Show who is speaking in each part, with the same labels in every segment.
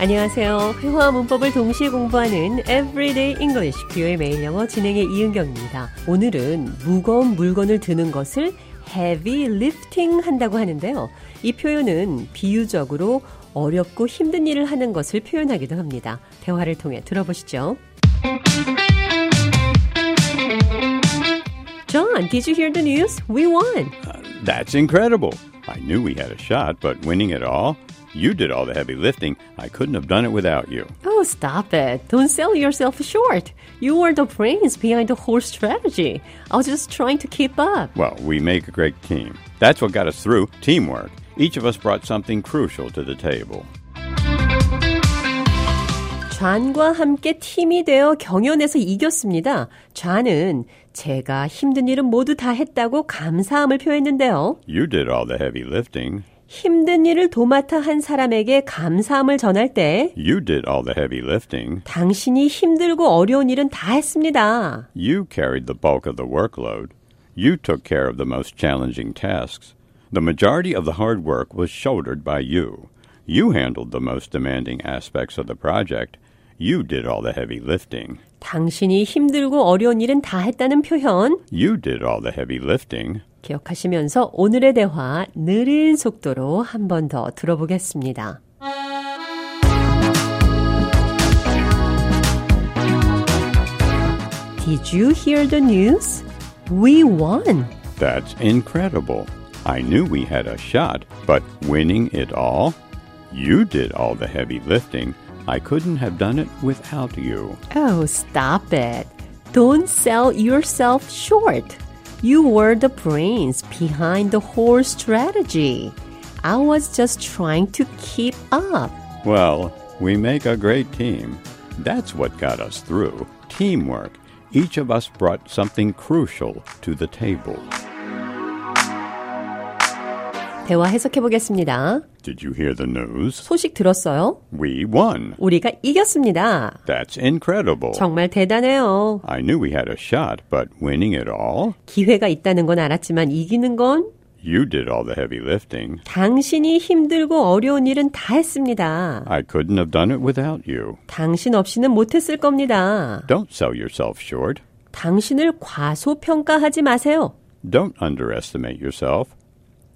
Speaker 1: 안녕하세요. 회화 문법을 동시에 공부하는 Everyday English 뷰의 매일 영어 진행의 이은경입니다. 오늘은 무거운 물건을 드는 것을 heavy lifting 한다고 하는데요. 이 표현은 비유적으로 어렵고 힘든 일을 하는 것을 표현하기도 합니다. 대화를 통해 들어보시죠. John, did you hear the news? We won.
Speaker 2: That's incredible. I knew we had a shot, but winning it all? You did all the heavy lifting. I couldn't have done it without you.
Speaker 1: Oh, stop it. Don't sell yourself short. You were the brains behind the whole strategy. I was just trying to keep up.
Speaker 2: Well, we make a great team. That's what got us through teamwork. Each of us brought something crucial to the table.
Speaker 1: 좌안과 함께 팀이 되어 경연에서 이겼습니다. 좌는 제가 힘든 일은 모두 다 했다고 감사함을 표했는데요.
Speaker 2: You did all the heavy lifting.
Speaker 1: 힘든 일을 도맡아 한 사람에게 감사함을 전할 때
Speaker 2: You did all the heavy lifting.
Speaker 1: 당신이 힘들고 어려운 일은 다 했습니다.
Speaker 2: You carried the bulk of the workload. You took care of the most challenging tasks. The majority of the hard work was shouldered by you. You handled the most demanding aspects of the project. You did all the heavy lifting.
Speaker 1: 당신이 힘들고 어려운 일은 다 했다는 표현
Speaker 2: You did all the heavy lifting.
Speaker 1: 기억하시면서 오늘의 대화 느린 속도로 한 번 더 들어보겠습니다. Did you hear the news? We won.
Speaker 2: That's incredible. I knew we had a shot, but winning it all? You did all the heavy lifting. I couldn't have done it without you.
Speaker 1: Oh, stop it. Don't sell yourself short. You were the brains behind the whole strategy. I was just trying to keep up.
Speaker 2: Well, we make a great team. That's what got us through teamwork. Each of us brought something crucial to the table.
Speaker 1: 대화 해석해 보겠습니다.
Speaker 2: Did you hear the news?
Speaker 1: 소식 들었어요?
Speaker 2: We won.
Speaker 1: 우리가 이겼습니다.
Speaker 2: That's incredible.
Speaker 1: 정말 대단해요.
Speaker 2: I knew we had a shot, but winning it all?
Speaker 1: 기회가 있다는 건 알았지만 이기는 건
Speaker 2: You did all the heavy lifting.
Speaker 1: 당신이 힘들고 어려운 일은 다 했습니다.
Speaker 2: I couldn't have done it without you.
Speaker 1: 당신 없이는 못했을 겁니다.
Speaker 2: Don't sell yourself short.
Speaker 1: 당신을 과소평가하지 마세요.
Speaker 2: Don't underestimate yourself.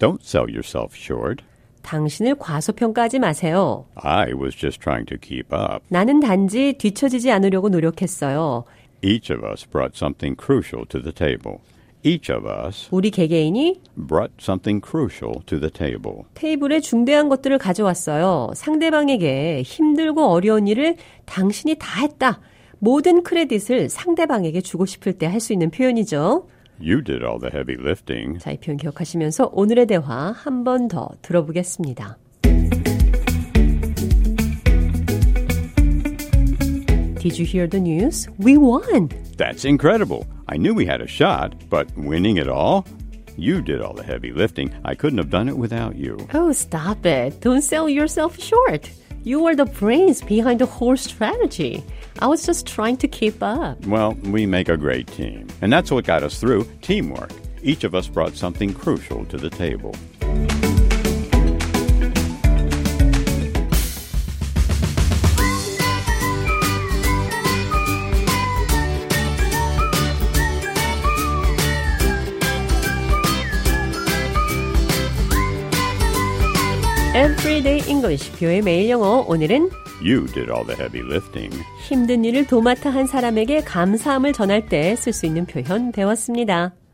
Speaker 2: Don't sell yourself short.
Speaker 1: 당신을 과소평가하지 마세요.
Speaker 2: I was just trying to keep up.
Speaker 1: 나는 단지 뒤처지지 않으려고 노력했어요.
Speaker 2: Each of us brought something crucial to the table. Each of us
Speaker 1: 우리 개개인이
Speaker 2: brought something crucial to the table.
Speaker 1: 테이블에 중대한 것들을 가져왔어요. 상대방에게 힘들고 어려운 일을 당신이 다 했다. 모든 크레딧을 상대방에게 주고 싶을 때 할 수 있는 표현이죠.
Speaker 2: You did all the heavy lifting.
Speaker 1: 자, 이 표현 기억하시면서 오늘의 대화 한 번 더 들어보겠습니다. Did you hear the news? We won!
Speaker 2: That's incredible. I knew we had a shot, but winning it all? You did all the heavy lifting. I couldn't have done it without you.
Speaker 1: Oh, stop it. Don't sell yourself short. You were the brains behind the whole strategy. I was just trying to keep up.
Speaker 2: Well, we make a great team. And that's what got us through teamwork. Each of us brought something crucial to the table.
Speaker 1: Everyday English, 뷰의 매일 영어. 오늘은
Speaker 2: You did all the heavy lifting.
Speaker 1: 힘든 일을 도맡아 한 사람에게 감사함을 전할 때 쓸 수 있는 표현 배웠습니다.